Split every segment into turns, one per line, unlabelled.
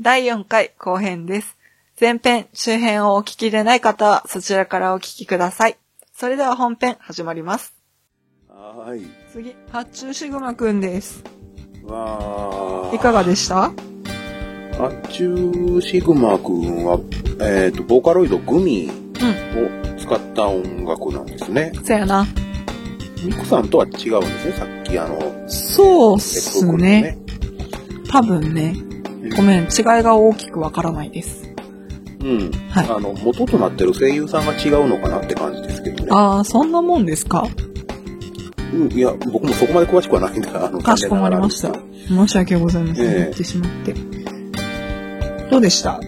第4回後編です。前編、周辺をお聞きでない方はそちらからお聞きください。それでは本編始まります。
はーい。
次、発注シグマくんです。
わ
いかがでした
ーアッチューシグマくんは、えっ、と、ボーカロイドグミを使った音楽なんですね。
そやな。
ミクさんとは違うんですね、さっきあの、
そうっ
え
すね。。多分ね。ごめん、違いが大きくわからないです。
うん。
はい
あの、元となってる声優さんが違うのかなって感じですけどね。
あー、そんなもんですか
うん、いや、僕もそこまで詳しくはないんだ。あの
かしこまりました。申し訳ございません。
ええ
言ってしまって。どうでした
あ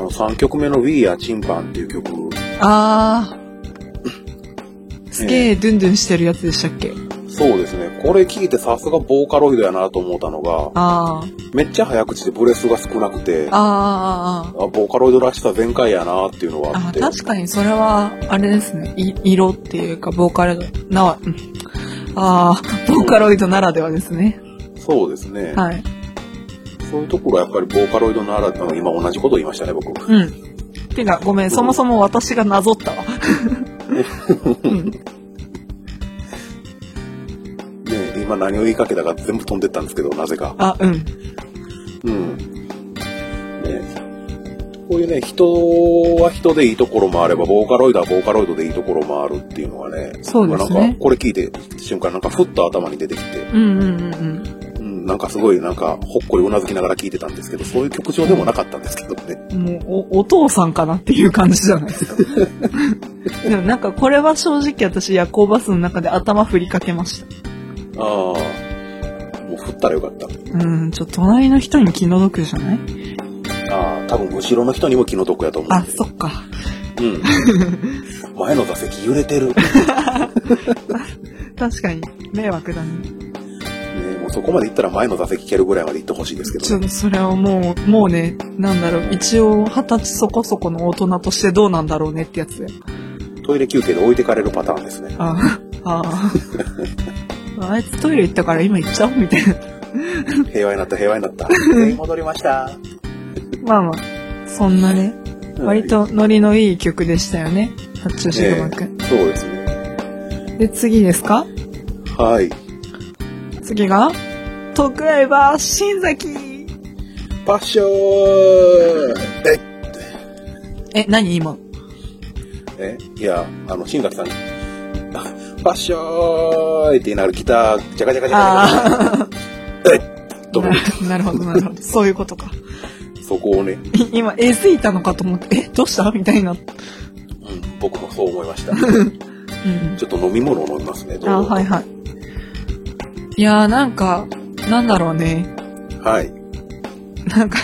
の、3曲目の We Are Chimpan っていう曲、
あー。すげえ、ドゥンドゥンしてるやつでしたっけ
そうですね。これ聞いてさすがボーカロイドやなと思ったのが、
あー。
めっちゃ早口でブレスが少なくて、あ
あーあー
ボーカロイドらしさ全開やなっていうのはあ
あー。あ
っ
ー
て。
確かにそれは、あれですね。い色っていうか、ボーカルなわ、うんあー、ボーカロイドならではですね。
そうですね、
はい。
そういうところはやっぱりボーカロイドなら、あの今同じこと言いましたね、僕。
うん。てか、ごめん、そもそも私がなぞったわ。うん
ね今何を言いかけたか全部飛んでったんですけど、なぜか。
あ、うん。
うん。ねこういうね、人は人でいいところもあれば、ボーカロイドはボーカロイドでいいところもあるっていうのはね、
そうですね
なんか、これ聞いて瞬間、なんかふっと頭に出てきて、
うんうんうんうん。
うん、なんかすごい、なんか、ほっこりうなずきながら聞いてたんですけど、そういう曲調でもなかったんですけどね。
もうお、お父さんかなっていう感じじゃないですか。 でもなんかこれは正直私夜行バスの中で頭振りかけました。
ああ、もう振ったらよかった。
うん、ちょっと隣の人に気の毒じゃない
ああ、多分後ろの人にも気の毒やと思う。
あ、そっか。
うん。前の座席揺れてる。ね
確かに迷惑だね。
えもうそこまで行ったら前の座席蹴るぐらいまで行ってほしいですけ
ちょ
ど
っ
ね。
とそれはもう、もうね、なんだろう、一応二十歳そこそこの大人としてどうなんだろうねってやつだよ。
トイレ休憩で置いてかれるパターンです ね。
ああ、あ あいつトイレ行ったから今行っちゃおうみたいな。
平和になった、平和にな った。全員戻りました。
まあまあ、そんなね、割とノリのいい曲でしたよね。発注シグマくん。
うん。そうですね。
で、次ですか
はい。
次が、徳ライバー新崎
パッションえ
え、何今
えいや、あの、新垣さん。 パッションって言いながらギター、ジャカジャカジャカジャカ。
あ
と思っ
あ、なるほど、なるほど。そういうことか。
てそこをね、
い今、えずいたのかと思って、え、どうしたみたいな。
うん、僕もそう思いま した。
うん。
ちょっと飲み物を飲みますね。どうぞ
あーはいはい。いやー、なんか、なんだろうね。
はい。
なんか、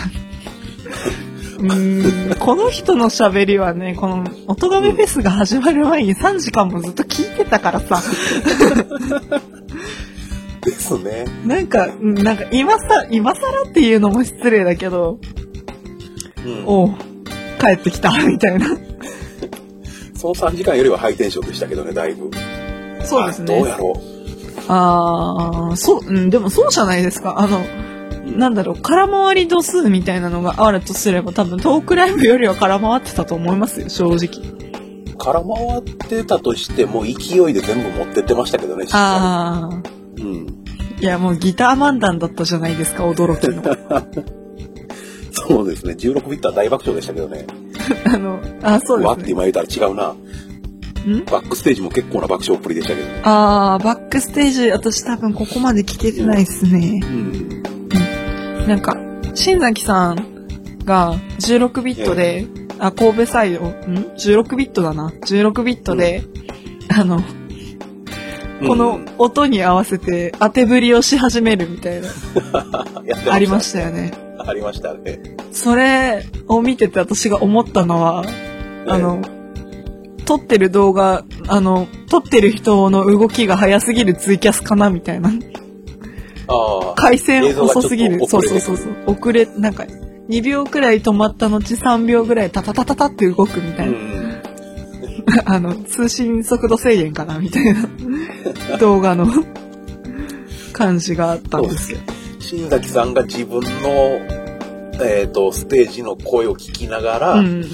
うーん、この人の喋りはね、この、おとがめフェスが始まる前に3時間もずっと聞いてたからさ、
ですね。
なんか、うんなんか今さ、今更っていうのも失礼だけど、
うん
おう帰ってきた、みたいな。
その3時間よりはハイテンションでしたけどね、だいぶ。
そうです
あどう
ね
や。ろ
あー、そう、うん、でもそうじゃないですか。あの、
う。
なんだろう、空回り度数みたいなのがあるとすれば、多分トークライブよりは空回ってたと思いますよ、正直。
空回ってたとしても、勢いで全部持ってってましたけどね、しっか
あー。
りう
い
ん。
や、もうギター漫談だったじゃないですか、驚きの。
そうですね、16ビッター大爆笑でしたけどね。
あの、あ、そう
わ
で
っ
すね。
て今言ったら違うな。
ん
バックステージも結構な爆笑っぷりでしたけどね。
あー、バックステージ、私多分ここまで聞けてないですね。
うん。
なんか、新崎さんが16ビットで、あ、神戸サイド、ん ?16 ビットだな。16ビットで、あの、この音に合わせて当てぶりをし始めるみたいな、ありま
し
したよね。
た。ありましたね。
それを見てて私が思ったのは、あの、撮ってる動画、あの、撮ってる人の動きが早すぎるツイキャスかなみたいな。
ああ、
回線遅すぎる。
映
そ
像
う
がち
そ
ょ
う
っと
そうそう。遅れ、なんか、2秒くらい止まった後3秒ぐらいタタタタタって動くみた
う
いな。
ん。
あの、通信速度制限かなみたいな 動画の感じがあったんですけど。
新崎さんが自分のえっとステージの声を聞きなが
うん
ら
うん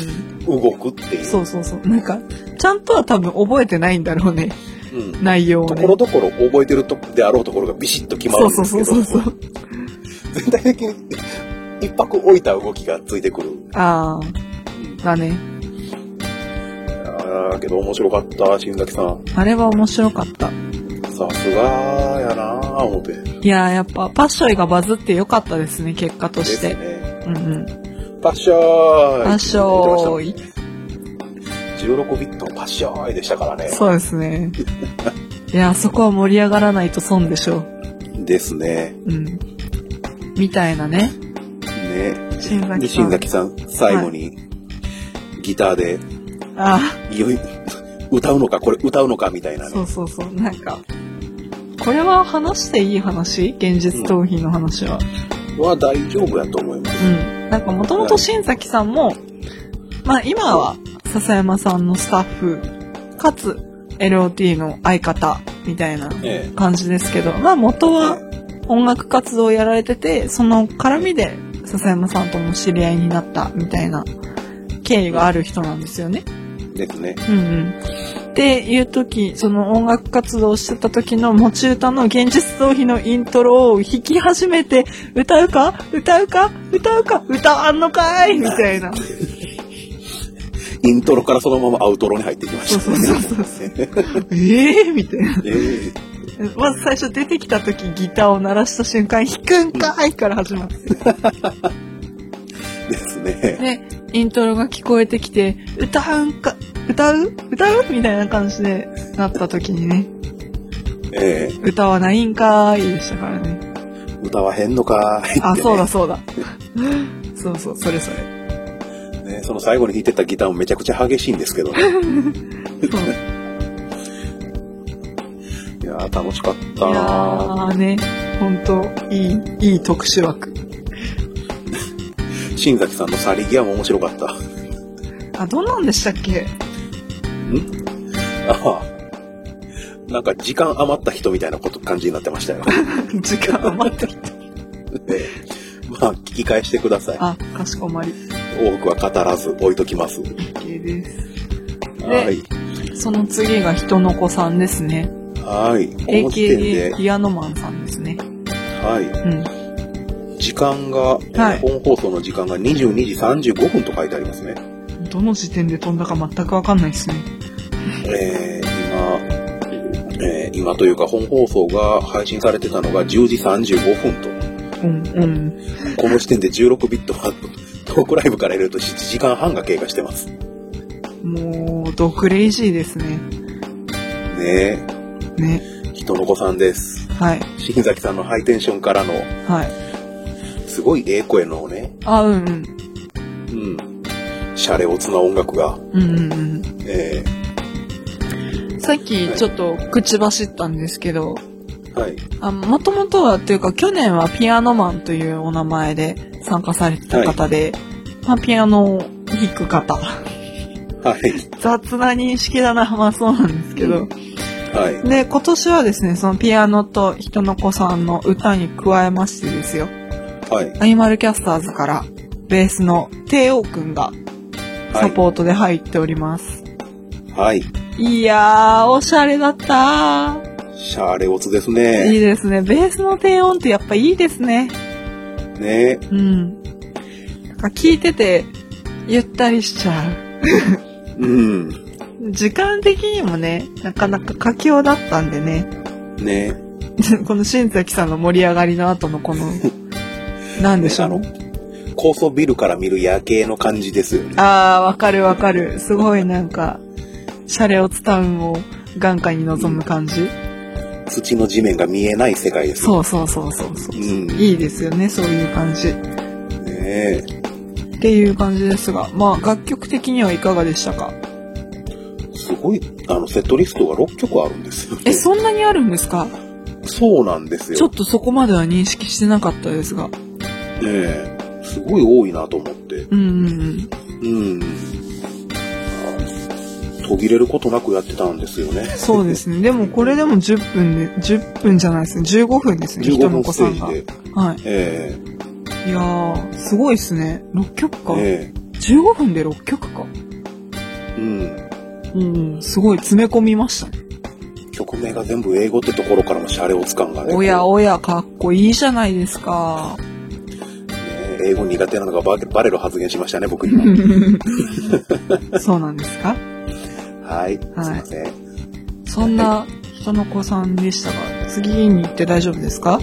うん
動くっていう、
そうそうそう。なんか、ちゃんとは多分覚えてないんだろうね。
うん
内容を
と
ね
こ。ろどころ覚えてるとであろうところがビシッと決
そ
まるん
うそ
で
う
す
そ
け
う
ど
そうそう。
全体的に一泊置いた動きがついてくる
ああ。だね。
あーけど面白かった新崎さん
あれは面白かった。
さすがやなぁ思て
いやー、やっぱ、パッショイがバズってよかったですね、結果と
で
し
す
て。
ね
うんうん。
パッショイ
パッショ
言って
イ。
ました16ビットのパッショイでしたからね
そうですね。いやー、そこは盛り上がらないと損でしょう。
ですね
うん。みたいなね。
ね
新
で
崎さ
新
ん。
崎さん最後にギターで
あ
いよい歌うのかこれ歌うのかみたい
あ、
な
そ
ね
うそうそう。なんか、これは話していい話現実逃避の話は。
は大丈夫やと思います
うん。なんかもともと新崎さんも、まあ今は笹山さんのスタッフ、かつ LOT の相方みたいな
え
感じですけど、まあ元は音楽活動をやられてて、その絡みで笹山さんとも知り合いになったみたいな経緯がある人なんですよね。
えですね
うんうん。っていう時、その音楽活動をしてた時の持ち歌の現実逃避のイントロを弾き始めて、歌うか歌うか歌うか歌わんのかいみたいな。
イントロからそのままアウトロに入ってきま
そう
した
そう
ね。
そう そうそう。ええみたいな。
えー
まず最初出てきた時ギターを鳴らした瞬間、弾くんかいから始まって。
ですね。
で、イントロが聞こえてきて、歌うんか、歌う歌うみたいな感じでなった時にね、
ええ
歌はないんかーいでしたからね。
歌わへんのかーいって、ね。
あ、そうだそうだ。 そうそう、それそれ。
ね。その最後に弾いてたギターもめちゃくちゃ激しいんですけ どね。
そうい
いやー、楽しかった
や
な
ーね、ほんと、いい、いい特殊枠。
ー新崎さんの去り際も面白かった。
あ、どんなんでしたっけ
ああなんか時間余った人みたいなこと感じになってま したよ。
時間余ってきた。
ええまあ、聞き返してください。
あ、かしこまり。
多くは語らず置いときます。
OK です。
はい。
その次が人の子さんですね。
はい。この時点で
AKA、ピアノマンさんですね。
は
うん。
い。時間
は
が、
い
本放送の時間が22時35分と書いてありますね。
どの時点で飛んだか全くわかんないですね。
えー今、えー今というか本放送が配信されてたのが10時35分
うん、うん。
と、この時点で16ビットはトークライブから入れると7時間半が経過してます。ね
もう、ドクレイジーですね。
え、
ね。
人の子さんです。
はい。
新崎さんのハイテンションからの、
はい。
すごいええ声のね、
あ、うん、うん。
うん、シャレオツな音楽が、
うん、うん、うん。
え
さっきちょっと口走ったんですけど、
ーはい、
あもともとはというか去年はピアノマンというお名前で参加されてた方で、まあ、ピアノを弾く方。
はい、
雑な認識だな、まあそうなんですけど。
はい、
で、今年はですね、そのピアノと人の子さんの歌に加えましてですよ、
はい、
アニマルキャスターズからベースの帝王くんがサポートで入っております。
はい、
い、やー、おしゃれだったー。
シャレオツです
いい
ね。
ですね。ベースの低音ってやっぱいいですね。
ね
うん。なんか聞いてて、ゆったりしちゃう。
うん、
時間的にもね、なかなか佳境だったんでね。
ね
この新崎さんの盛り上がりの後のこ の、なんでしょう。
高層ビルから見る夜景の感じですよね。
あー、わかるわかる。すごいなんか、シャレオツタウンを眼下に望む感じ。
土の地面が見えない世界です。
そうそうそうそうそう。
うん
いいですよね、そういう感じ。
ね
っていう感じですが、まあ楽曲的にはいかがでしたか
え。すごい、あの、セットリストが6曲あるんですよ、
え、
ね。
そんなにあるんですか
そうなんです
ちょっ
よ。
とそこまでは認識してなかったですが。
ねえ。すごい多いなと思って。
うんうんうん。
うん。途切れることなくやってたんですよね。
そうですね。でもこれでも10分で、10分じゃないですね。15分ですね、人
15
の
分
子
ス
さ
テ
んが。
ージで。
はい。
ええ
いやー、すごいっすね。6曲か。
ね
15分で6曲か。
うん。
うん、すごい詰め込みましたね。
曲名が全部英語ってところからもシャレをつかんがね。
おや
こ
おや、かっこいいじゃないですか。
うね英語苦手なのがバレバレる発言しましたね、僕 今。
そうなんですか
はい。すいません。
そんな人の子さんでしたが、次に行って大丈夫ですか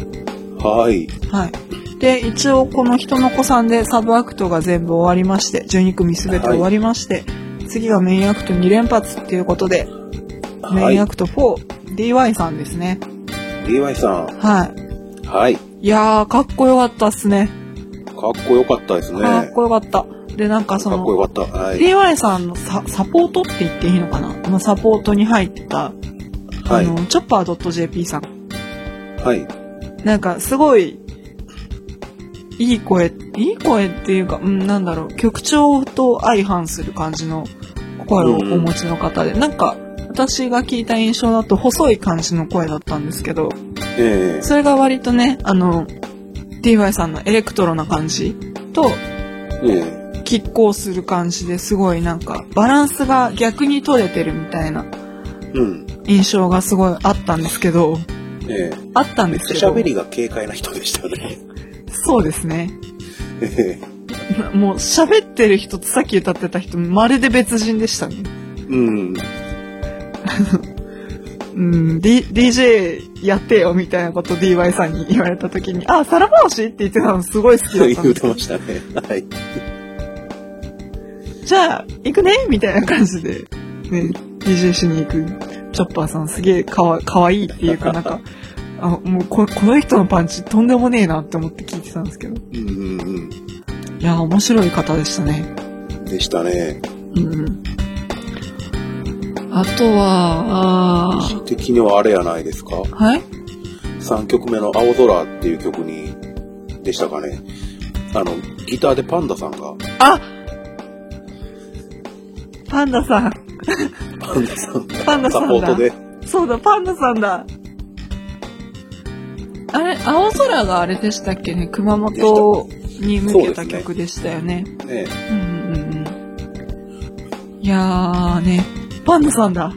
はい。
はい。で、一応この人の子さんでサブアクトが全部終わりまして、12組全て終わりまして、次がメインアクト2連発っていうことで、
は
メイ
い
ンア。クト4、DY さんですね。
DY さ
はい。
ん。はい。
いやー、かっこよかったっすね。
かっこよかったですね。
かっこよかった。で、なんかそ
かっこ
の、
よかった。はい。
DY さんのササポートって言っていいのかなまあサポートに入ってた、
は
あ
い。
の、チョッパー .jp さん
はい。
なんかすごい、いい声、いい声っていうか、うん、なんだろう、曲調と相反する感じの声をお持ちの方で、なんか、私が聞いた印象だと細い感じの声だったんですけど、
ええ
それが割とね、あの、DY さんのエレクトロな感じと、
え
拮抗する感じですごいなんか、バランスが逆に取れてるみたいな
えうん。
印象がすごいあったんですけど、
ええ
あったん
め
で
っ
すけ
ちゃ
ど
喋、りが軽快な人でしたね。
そうですね。
え
もう喋ってる人とさっき歌ってた人まるで別人でしたね。
えうん。
うん、D、DJ やってよみたいなこと DY さんに言われた時に、あ、サラバオシって言ってたのすごい好きだったん
言
で
う
す
てましたね。はい。
じゃあ、行くねみたいな感じで、ね、DJ しに行くチョッパーさんすげえかわかわいいっていうかなんか、あ、もうここの人のパンチとんでもねえなって思って聞いてたんですけど。
うんうん
いや、面白い方でしたね。
うん。でしたね。
うん。あとは、あー
的にはあれやないですか。
はい
3曲目の「青空」っていう曲にでしたかねあのギターでパンダさん が
あパンダさん。
パンダさん
パンダ
サ
さ
ポ
ん
ート
だ。
で
そうだ、パンダさんだ。あれ、青空があれでしたっけね熊本に向けた曲でしたよね。
ね
うんうんうん。いやーね、パンダさんだ。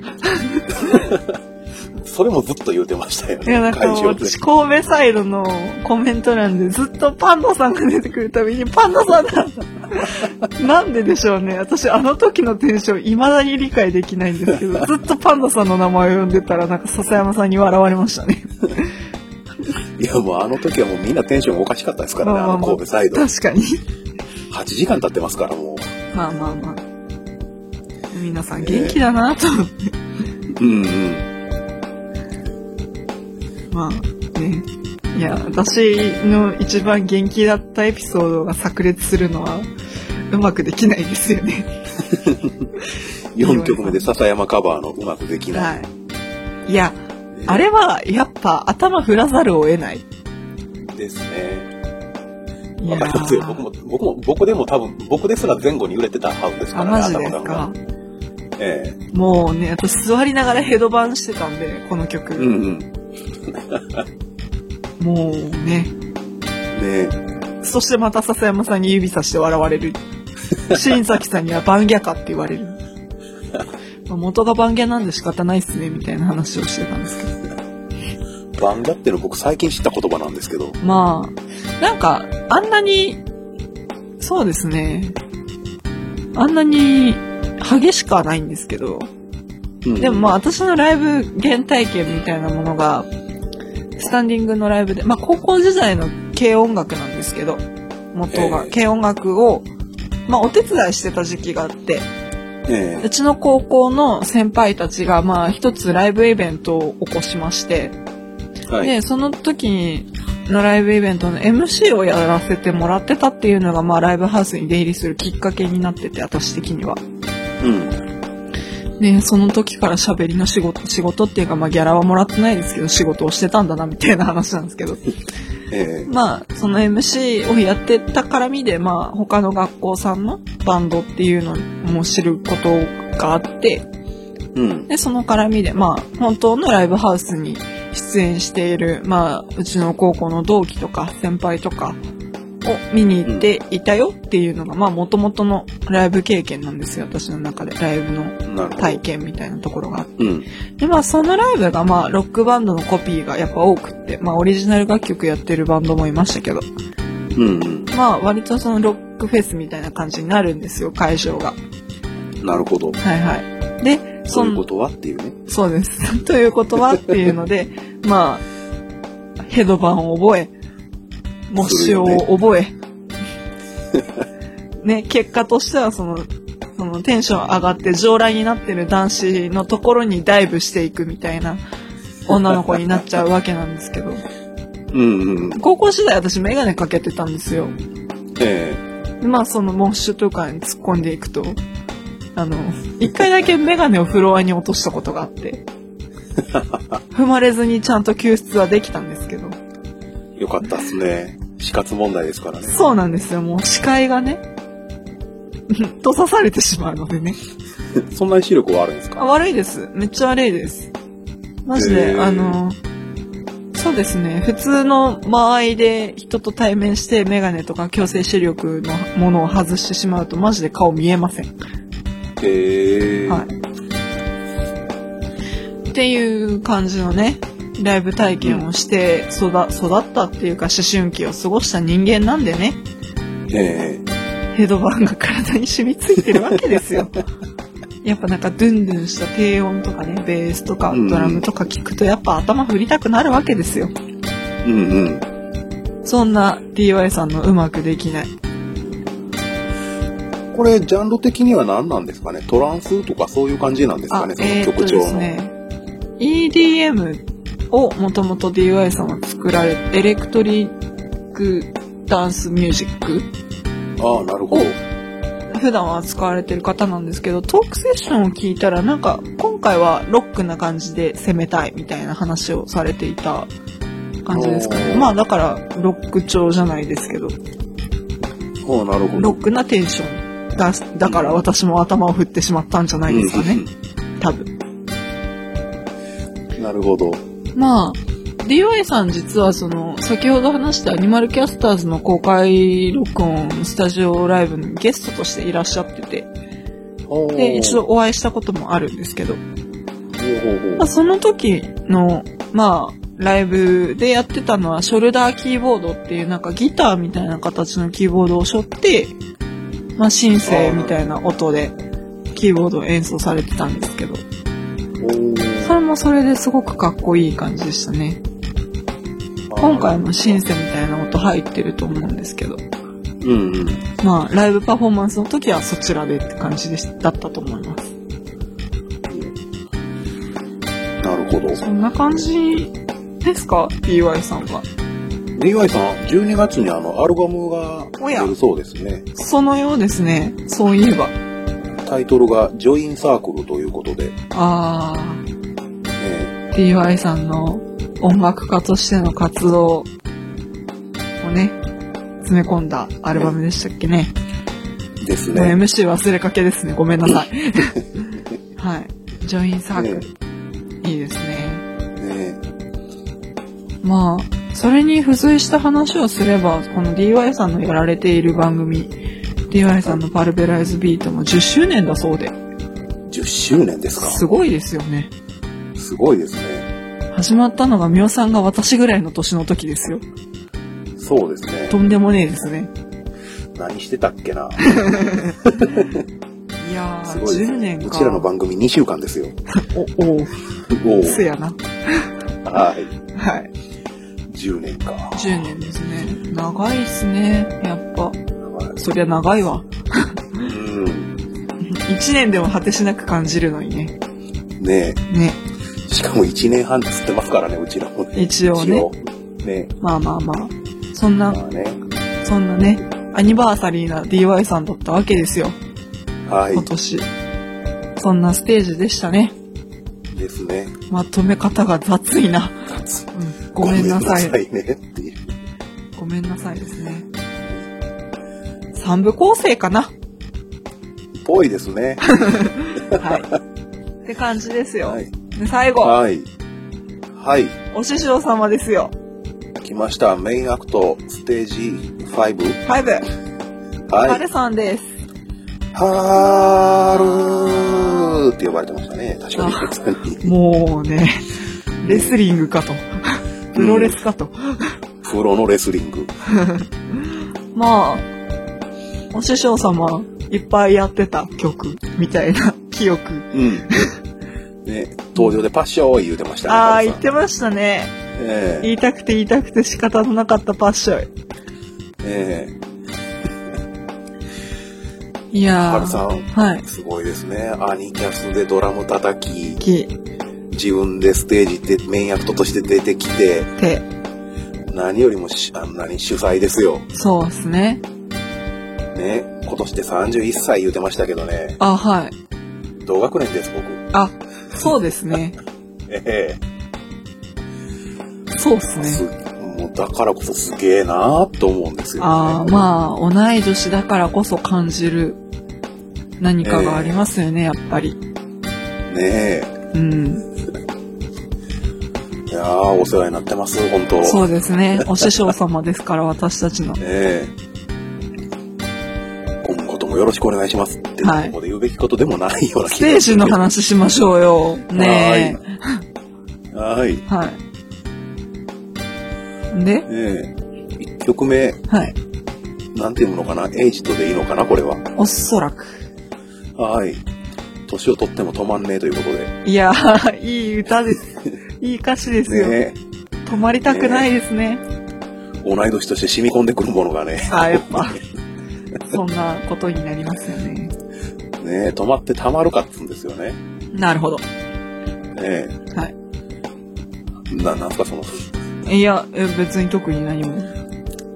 それもずっと言うてましたよ
い
ね
や、なんか
会場で
私、神戸サイドのコメント欄でずっとパンダさんが出てくるたびに、パンダさんだなんででしょうね。私、あの時のテンション、未だに理解できないんですけど、ずっとパンダさんの名前を呼んでたら、なんか笹山さんに笑われましたね。
いやもうあの時はもうみんなテンションおかしかったですからね
ま
あ
あまあ
の
まあ
神戸サイド8
確かに。
時間経ってますからもう
まあまあまあ。皆さん元気だなと思って。
うんうん
まあね。いや、私の一番元気だったエピソードが炸裂するのは、うまくできないですよね。
4曲目で笹山カバーのうまくできない、
はい。いや、
ね
あれは、やっぱ、頭振らざるを得ない。
ですね
いや
わかりますよ僕も僕も僕でも多分僕ですら前後に揺れてたはずですか
あ、
ら
マジです
頭が
か。
ええ
もうね、私座りながらヘドバンしてたんで、この曲。
うんうんね
もうね。
え
そしてまた笹山さんに指さして笑われる。新崎さんには番ギャかって言わ れる。まあ元が番ギャなんで仕方ないっすね、みたいな話をしてたんですけど。
バンギャっての僕最近知った言葉なんですけど、
まあ、なんか、あんなに、そうですね。あんなに激しくはないんですけど、でもまあ私のライブ原体験みたいなものが、スタンディングのライブで、まあ高校時代の軽音楽なんですけど、元が、
ええ
軽音楽を、まあお手伝いしてた時期があって、
え
うちの高校の先輩たちが、まあ一つライブイベントを起こしまして、
えはい、
で、その時のライブイベントの MC をやらせてもらってたっていうのが、まあライブハウスに出入りするきっかけになってて、私的には。
うん、
ね、その時から喋りの仕事、仕事っていうか、まあギャラはもらってないですけど、仕事をしてたんだな、みたいな話なんですけ ど。
え
まあ、その MC をやってた絡みで、まあ、他の学校さんのバンドっていうのも知ることがあって、
えうん、
で、その絡みで、まあ、本当のライブハウスに出演している、まあ、うちの高校の同期とか先輩とか見に行っていたよっていうのが、まあ元々のライブ経験なんですよ、私の中で。ライブの
なるほど。
体験みたいなところがあって。
うん。
で、まあそのライブがまあロックバンドのコピーがやっぱ多くって、まあオリジナル楽曲やってるバンドもいましたけど、
うんうん。
まあ割とそのロックフェスみたいな感じになるんですよ、会場が。
なるほど。
はいはい。で、
そ
そう
いう
の
ことはっていうね。
そうです。 ということはっていうので、まあ、ヘドバンを覚え、模試を覚え、ね、結果としてはその、そのテンション上がって上来になってる男子のところにダイブしていくみたいな女の子になっちゃうわけなんですけど、
うんうん。
高校時代私メガネかけてたんですよ。
え
でまあそのモッシュとかに突っ込んでいくと、あの、一回だけメガネをフロアに落としたことがあって、 踏まれずにちゃんと救出はできたんですけど、
えよかったっすね。死活問題ですからね。
そうなんですよ、もう視界がね、 と刺されてしまうのでね。
そんなに視力はあるんです
あ
か
悪いです。めっちゃ悪いです。マジ
へ
で、
ー
あの、そうですね。普通の間合いで人と対面してメガネとか強制視力のものを外してしまうとマジで顔見えません。
へえ。
はい。っていう感じのね、ライブ体験をして育育ったっていうか思春期を過ごした人間なんでね、
え
ヘドバンが体に染みついてるわけです よ。やっぱなんかドゥンドゥンした低音とかね、ベースとか
うん
ドラムとか聞くとやっぱ頭振りたくなるわけですよ。
えうんうん。
そんな DY さんのうまくできない。
これ、ジャンル的には何なんですかねトランスとかそういう感じなんですかねそ
えー
の
っと
曲調
で
の。
すね。EDM をもともと DY さんは作られ、エレクトリックダンスミュージック
ああ、なるほど。
普段は使われてる方なんですけど、トークセッションを聞いたらなんか今回はロックな感じで攻めたいみたいな話をされていた感じですかね。
おー
まあだからロック調じゃないですけど、
ああ、なるほ
ロ
ど。
ックなテンションだ、だから私も頭を振ってしまったんじゃないですかね。多分。
うんなるほど。
まあ、DY さん実はその、先ほど話したアニマルキャスターズの公開録音スタジオライブにゲストとしていらっしゃってて、
おー
で、一度。お会いしたこともあるんですけど、
ほうほうほう
まあ、その時の、まあ、ライブでやってたのは、ショルダーキーボードっていうなんかギターみたいな形のキーボードを背負って、まあ、シンセみたいな音で、キーボードを演奏されてたんですけど、
おー
それもそれですごくかっこいい感じでしたね。今回もシンセみたいな音入ってると思うんですけど、
うんうん。
まあ、ライブパフォーマンスの時はそちらでって感じでしだったと思います。
なるほど。
そんな感じですか ?DY さんは。
DY さん、12月にあの、アルバムが
おや
出るそうですね。
そのようですね。そういえば。
タイトルが、ジョインサークルということで、
あ
え
ー、DY さんの音楽家としての活動をね、詰め込んだアルバムでしたっけね。
えです
もう
ね。
MC 忘れかけですね。ごめんなさい。 はい。ジョインサークル。いいですね。
え
まあ、それに付随した話をすれば、この DY さんのやられている番組、DY さんのパルベライズビートも10周年だそうで、
え10周年ですか。
すごいですよね。
すごいですね。
始まったのがミオさんが私ぐらいの年の時ですよ。
そうですね。
とんでもねえですね。
何してたっけな。
いや
す
ー、
ごいです
10
ね
年。か。
うちらの番組2週間です よ。
お、おう
お
せ
ー
やな。
はい。
はい。
10年か。
10年ですね。長いっすね。やっぱ。
はい
そりゃ長いわ。
うん。
1年でも果てしなく感じるのにね。
ね
ね。
え。しかも1年半つってますからね、うちらもね。
一応ね
一応。ね
まあまあまあ。そんな
まあね。
そんなね、アニバーサリーな DY さんだったわけですよ、
は
今年。そんなステージでしたね。
い。ですね。
まとめ方が雑いな。うんごめんなさい。
ごめんなさいね。っていう。
ごめんなさいですね。三部構成かな
ぽいですね。
はい。って感じですよ。
はい。
で最後、
はい。はい。
お師匠様ですよ。
来ました。メインアクト、ステージ5。
ファイブ。
は
ハ
い
ル。さんです。
はーるーって呼ばれてましたね。確かに
あ
普通に。
もうね、レスリングかと。プロレスかと。
プロのレスリング。
まあ、お師匠様、いっぱいやってた曲、みたい な記憶。
うん。 ね、登場でパッショー言うてましたね。
ああ、
カ
言
ル
っ
さん
てましたね。
ええ
言いたくて言いたくて仕方のなかったパッショ
え
ン。い
え
や
カ
ー。
ルさん、
はい。
すごいですね。アニキャスでドラム叩き、
き、
自分でステージでメインアクトとして出てきて、
て、
何よりもしあんなに主催ですよ。
そうですね。
ね、今年で31歳言うてましたけどね、
あ、はい。
同学年です、僕。
あ、そうですね。
え
そうです
え
ね
す。もうだからこそすげえなーと思うんですよ、ね。
ああ、まあ、同い年だからこそ感じる何かがありますよね、やっぱり。
ね
うん。
え。いやー、お世話になってます、本当
そうですね。お師匠様ですから、私たちの。
ええ。今後ともよろしくお願いしますって、
はい
ここで言うべきことでもないような
ス
気
テー
がす
ジ
る
の
けど。
話しましょうよ。ね
はーい。はーい。
え。はい。で
ええ。1曲目、
はい。
なんていうのかな、エイジットでいいのかな、これは。
おそらく。
はーい。年を取っても止まんねえということで。
いやー、いい歌です。いい歌詞ですよ。
ね
止まりたくないですね。
同い年として染み込んでくるものがね。
あーやっぱ。そんなことになりますよね。
ねえ、止まってたまるかっつうんですよね。
なるほど。
え
はい。
え。な、なんすかその、
いや、え別に特に何も。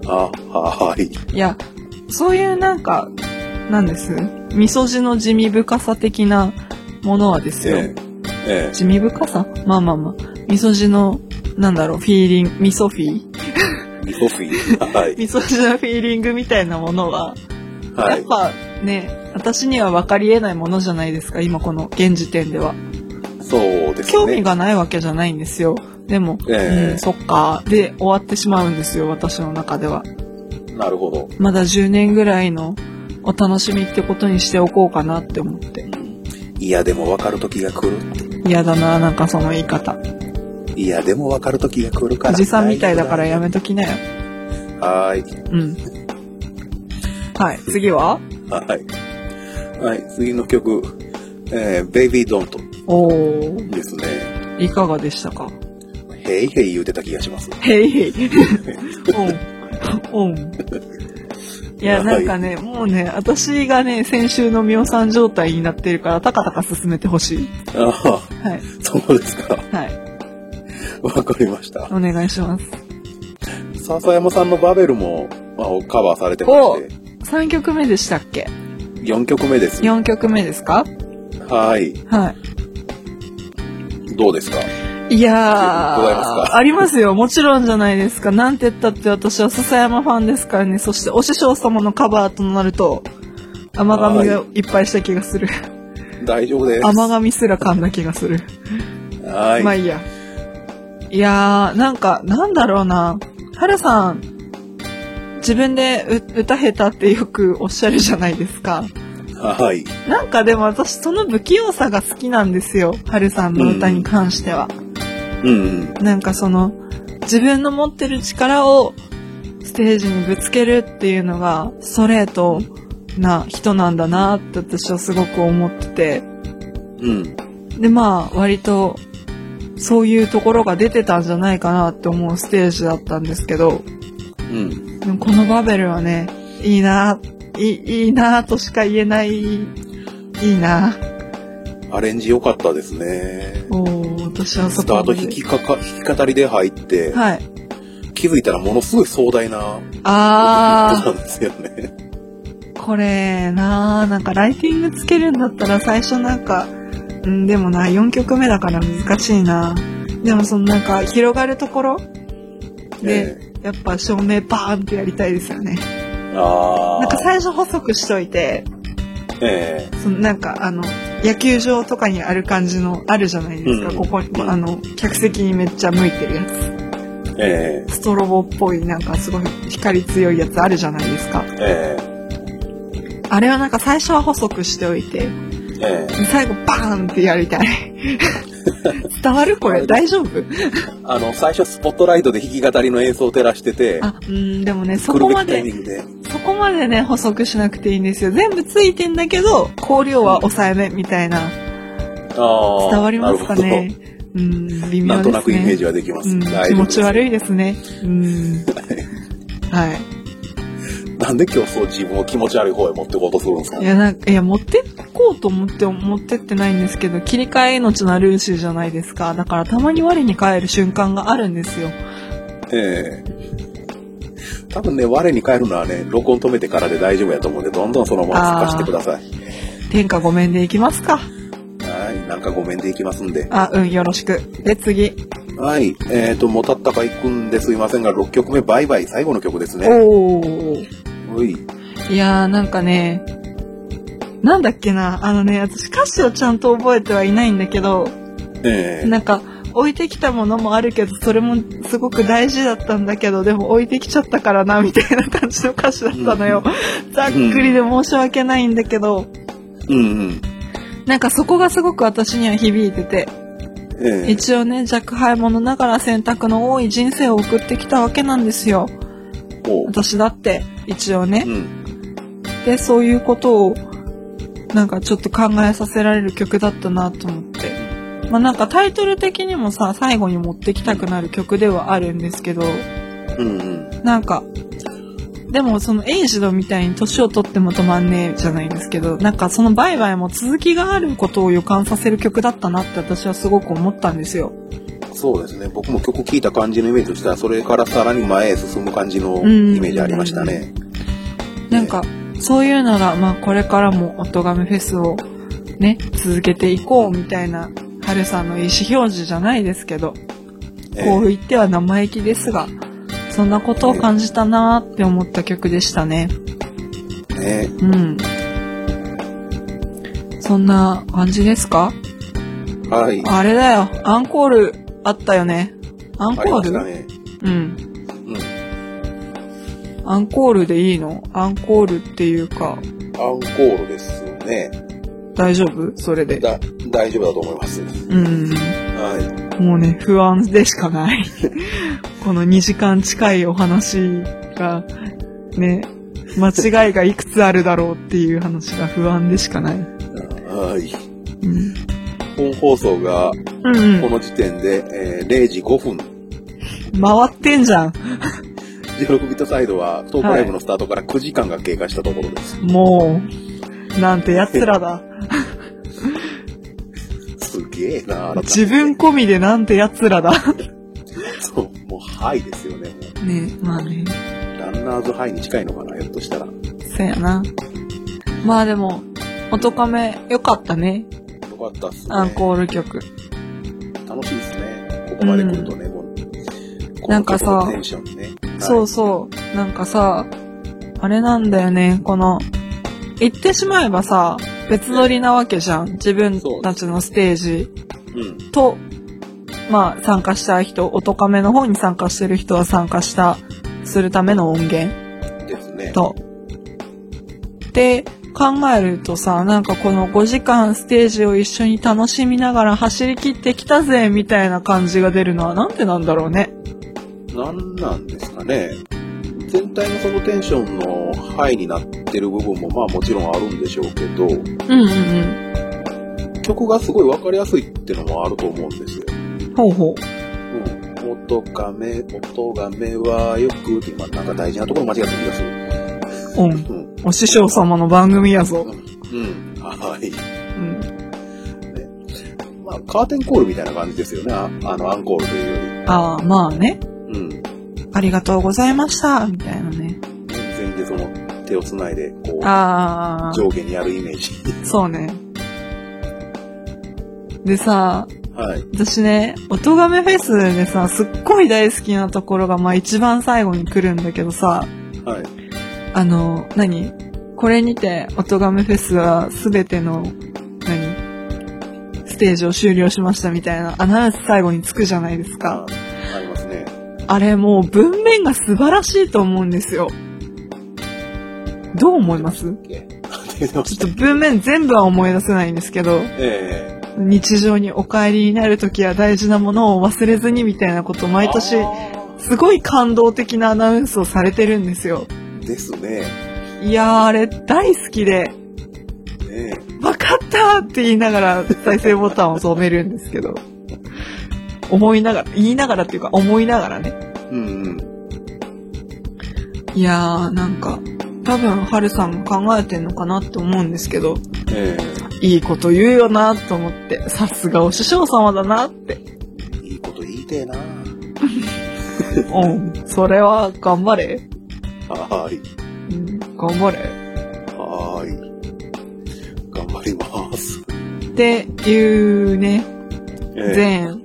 あ、はーい。
いや、そういうなんか、なんです味噌汁の地味深さ的なものはですよ。
ええ。え
地味深さまあまあまあ。味噌汁の、なんだろう、フィーリング、味噌フィー
え。リコフ ィー。はい。
味噌汁のフィーリングみたいなものは、
は
やっ
い。
ぱね、私には分かり得ないものじゃないですか、今この現時点では。
そうですね。
興味がないわけじゃないんですよ。でも、
ええ
うん、そっか、で終わってしまうんですよ、私の中では。
なるほど。
まだ10年ぐらいのお楽しみってことにしておこうかなって思って。
いやでも分かる時が来る。
嫌だな、なんかその言い方。
いやでも分かる時が来るか
お
ら。
じさんみたいだからやめときなよ。
はーい。
うん。はい、次は
はい。はい。次の曲、えー、Baby Don't
おー、
ですね。
いかがでしたか
ヘイヘイ言うてた気がします。
へいへ い。オン。オン。いや、なんかね、もうね、私がね、先週のミオさん状態になってるから、たかたか進めてほしい。
ああ、
はい。
そうですか。
はい。
わかりました。
お願いします。
笹山さんのバベルも、まあ、カバーされてま
お
して、
3曲目でしたっけ
4曲目です。
?4 曲目ですか
はい。
はい。
どうですか
いや
ございます
ー、
か
ありますよ。もちろんじゃないですか。なんて言ったって私は笹山ファンですからね。そして、お師匠様のカバーとなると、甘髪がいっぱいした気がする。
大丈夫です。
甘髪すら噛んだ気がする。
はい。
まあいいや。いやー、なんか、なんだろうな。はるさん、自分でう歌下手ってよくおっしゃるじゃないですか。
はい。
なんかでも私、その不器用さが好きなんですよ。はるさんの歌に関しては。
うん
なんかその自分の持ってる力をステージにぶつけるっていうのがストレートな人なんだなって私はすごく思ってて
うん。うん。
でまあ割とそういうところが出てたんじゃないかなって思うステージだったんですけど
うん。
でもこのバベルはねいいないいいいなとしか言えないいいな
アレンジ良かったですね。
おー私はそ
スター
こ
ト
ま
弾
で
きかか、弾き語りで入って、
はい
気づいたらものすごい壮大な
あー
ことなんですよね。
これなあなんかライティングつけるんだったら最初なんか、うん、でもな4曲目だから難しいなでもそのなんか広がるところで、
え
やっぱ照明バーンってやりたいですよね
えあ
なんか
あ。
最初細くしといて
え
そのなんかあの野球場とかにある感じのあるじゃないですか、
うん
ここに、
うん
あの客席にめっちゃ向いてるやつ
え。ええ
ストロボっぽい、なんかすごい光強いやつあるじゃないですか。
ええ
あれはなんか最初は細くしておいて、
えええ
最後バーンってやりたい。 伝わるこれ大丈夫
あの、最初スポットライトで弾き語りの演奏を照らしてて、
あ、うん、でもね、そ
来る
こ
べ
ま
きタイミ
で、
ングで。
そこまでね、細くしなくていいんですよ。全部ついてんだけど、光量は抑えめみたいな。
ああ。
伝わりますか
なる
ねうん、微
ほど。
妙ですね。
なんとなくイメージはできま
う
す。
ん、
大
気
丈夫
持
で
ち
す
悪いですね。うん。はい。
なんで今日そう自分を気持ち悪い方へ持ってこうとするんですか
いや、なんか、いや、持ってこうと思って、持ってってないんですけど、切り替え命なルーシーじゃないですか。だから、たまに我に返る瞬間があるんですよ。
ええ多分ね、我に返るのはね、録音止めてからで大丈夫やと思うんで、どんどんそのまま突っ走ってください。
天下ごめんでいきますか。
はい。なんかごめんでいきますんで。
あ、うん、よろしく。で、次。
はい。えっ、と、もたったかいくんですいませんが、6曲目、バイバイ、最後の曲ですね。
おー。
おい。
いやー、なんかね、なんだっけな、あのね、私歌詞をちゃんと覚えてはいないんだけど、
え え
なんか置いてきたものもあるけどそれもすごく大事だったんだけどでも置いてきちゃったからなみたいな感じの歌詞だったのよ、ざっくりで申し訳ないんだけど
うんうん。
なんかそこがすごく私には響いてて
ええ
一応ね若輩者ながら選択の多い人生を送ってきたわけなんですよ
おう
私だって一応ね
うん。
でそういうことをなんかちょっと考えさせられる曲だったなと思って。まあなんかタイトル的にもさ、最後に持ってきたくなる曲ではあるんですけど、
うんうん。
なんか、でもそのエイジドみたいに年を取っても止まんねえじゃないですけど、なんかそのバイバイも続きがあることを予感させる曲だったなって私はすごく思ったんですよ。
そうですね。僕も曲聴いた感じのイメージとしては、それからさらに前へ進む感じの
ん
イメージありましたね。
なんか、そういうのが、まあこれからもおとがめフェスをね、続けていこうみたいな、はるさんの意思表示じゃないですけど、
ええ
こう言っては生意気ですが、そんなことを感じたなーって思った曲でしたね。
ね
うん。そんな感じですか
はい。
あれだよ。アンコールあったよね。アンコ
あり
ー
ま
ル、
したね。
うん。
うん。
アンコールでいいのアンコールっていうか、
アンコールですね。
大丈夫それで。
だ、大丈夫だと思います。
うん。
は
もうね、不安でしかない。 この2時間近いお話が、ね、間違いがいくつあるだろうっていう話が不安でしかない。う
い。はい。
ん。
本放送が、
うん、う
こ
ん。
の時点で、えー0時5分
回ってんじゃん。
16ビットサイドはトークライブのスタートから9時間が経過したところです。
もう、なんて奴らだ。
すげえな改めて
自分込みでなんて奴らだ。
そう、もうハイですよね。も
ねまあね。
うランナーズハイに近いのかな、ひょっとしたら。よ
そうやな。まあでも、音カメ良かったね。
かったっすね。
アンコール曲。
楽しいですね。ここまで来るとね、もう。
なんかさ
この曲のテンションね。はい
そうそう。なんかさ、あれなんだよね。この、言ってしまえばさ、別撮りなわけじゃん。自分たちのステージ
うん。
と、まあ参加したい人、音カメの方に参加してる人は参加した、するための音源。
ですね。
と。で、考えるとさ、なんかこの5時間ステージを一緒に楽しみながら走り切ってきたぜ、みたいな感じが出るのはなんでなんだろうね。
なんなんですかね。全体のそのテンションのハイになってる部分もまあもちろんあるんでしょうけど、
うんうん
曲がすごいわかりやすいってのもあると思うんですよ。
うん。ほうほ
うん。音がめ、音がめはよくって、まあ、なんか大事なところ間違った気がする。
う。うん。
うん。
お師匠様の番組やぞ。
うん。はい。
うん。
まあ、カーテンコールみたいな感じですよね。ああの、アンコールというよ
ああ、まあね。
り。うん。
ありがとうございました、みたいなね。
全員でその手をつないで、こう、
あ
上下にやるイメージ。
あ、そうね。でさ、
はい。
私ね、音亀フェスでさ、すっごい大好きなところが、まあ一番最後に来るんだけどさ、
はい。
あの、何これにて、音亀フェスはすべての、何ステージを終了しましたみたいなアナウンス最後につくじゃないです
あ
か。
ありますね。
あれもう文面が素晴らしいと思うんですよ。どう思い ます
ええ
ちょっと文面全部は思い出せないんですけど、
え
日常にお帰りになるときや大事なものを忘れずにみたいなことを毎年
あー
すごい感動的なアナウンスをされてるんですよ。
ですね。
いやーあれ大好きで、
ね
わかったって言いながら再生ボタンを染めるんですけど、思いながら、言いながらっていうか思いながらね。
うんうん。
いやーなんか、多分ハルさんも考えてんのかなって思うんですけど、
え
いいこと言うよなと思って、さすがお師匠様だなって。
えいいこと言いてえな。
うん。それは頑張れ。
はーい。
うん、頑張れ。
はーい。頑張ります。
っていうね、
え
全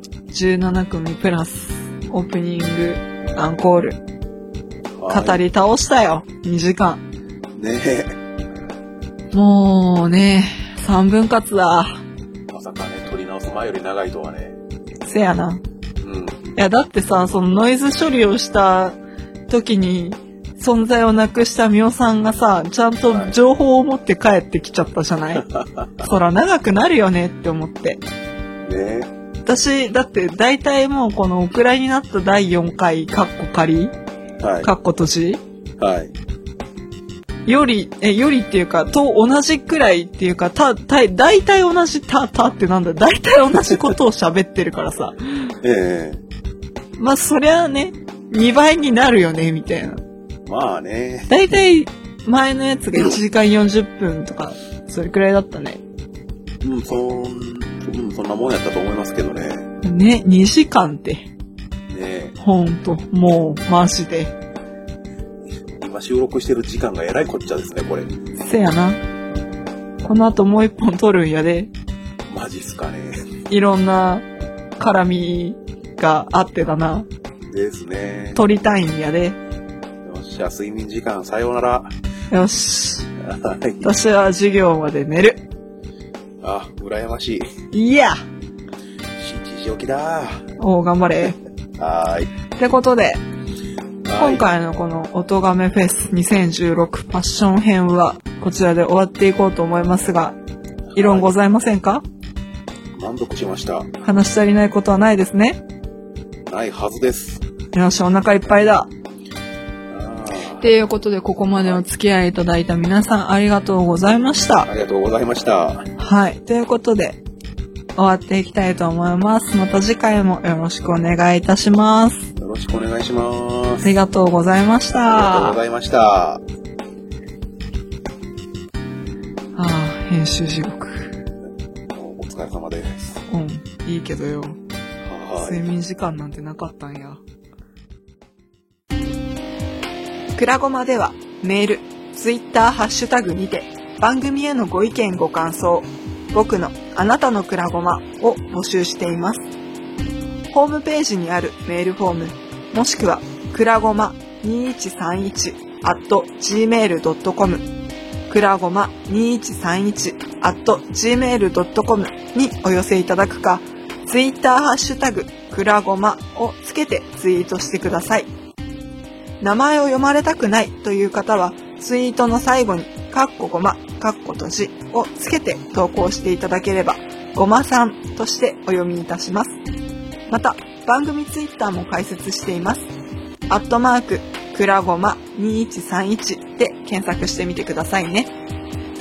17組プラス、オープニング、アンコール、
え
語
り。
り倒したよ。2時間。
ねえ。
もうね、三分割だ。
まさかね、撮り直す前より長いとはね。
せやな。
うん。
いや、だってさ、そのノイズ処理をした時に、存在をなくしたミオさんがさ、ちゃんと情報を持って帰ってきちゃったじゃ ない、そら長くなるよねって思って。
ね
私、だって大体もうこのお蔵になった第4回、カッコ仮、
え。はい。
カッコ閉じ、
はい。
より、え、よりっていうか、と同じくらいっていうか、た、た、大体同じ、た、たってなんだ、大体同じことを喋ってるからさ。
え
まあ、そりゃあね、2倍になるよね、みたいな。
え。まあね。
大体、前のやつが1時間40分とか、それくらいだったね。
うん、そん、うん、そんなもんやったと思いますけどね。
ね、
ね
2時間って、
え。
ほんと、もう、マジで。
今収録してる時間がえらいこっちゃですね、これ。
せやな。この後もう一本撮るんやで、
マジっすかね。
いろんな絡みがあってだな。
ですね。
撮りたいんやで。
よっしゃ、睡眠時間さようなら。
よし。
はい
私は授業まで寝る。
あ、羨ましい。
いや
7時起きだ。
おー、頑張れ。
はーい。
ってことで、
はーい
今。回のこの音亀フェス2016パッション編はこちらで終わっていこうと思いますが、異論ございませんか
満足しました。
話し足りないことはないですね。
ないはずです。
よし、お腹いっぱいだ。
あー
っていうことで、ここまでお付き合いいただいた皆さんありがとうございました
あ。りがとうございました。
はい。ということで、終わっていきたいと思います。また次回もよろしくお願いいたします。
よろしくお願いしま
あ
す。
りがとうございまし
ありがと
た。
うございました。
ああ、編集地獄。
お疲れ様です。
うん、いいけどよ。
はーい
睡。眠時間なんてなかったんや。くらごまではメール、ツイッター、ハッシュタグにて番組へのご意見ご感想、僕のあなたのくらごまを募集しています。ホームページにあるメールフォーム、もしくはくらごま2131 at gmail.com くらごま2131 at gmail.com にお寄せいただくか、ツイッターハッシュタグ、くらごまをつけてツイートしてください。名前を読まれたくないという方は、ツイートの最後に、かっこごま、かっことじをつけて投稿していただければ、ごまさんとしてお読みいたします。また、番組ツイッターも開設しています。アットマーク、くらごま2131で検索してみてくださいね。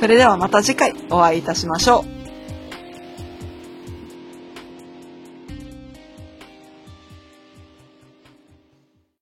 それではまた次回お会いいたしましょう。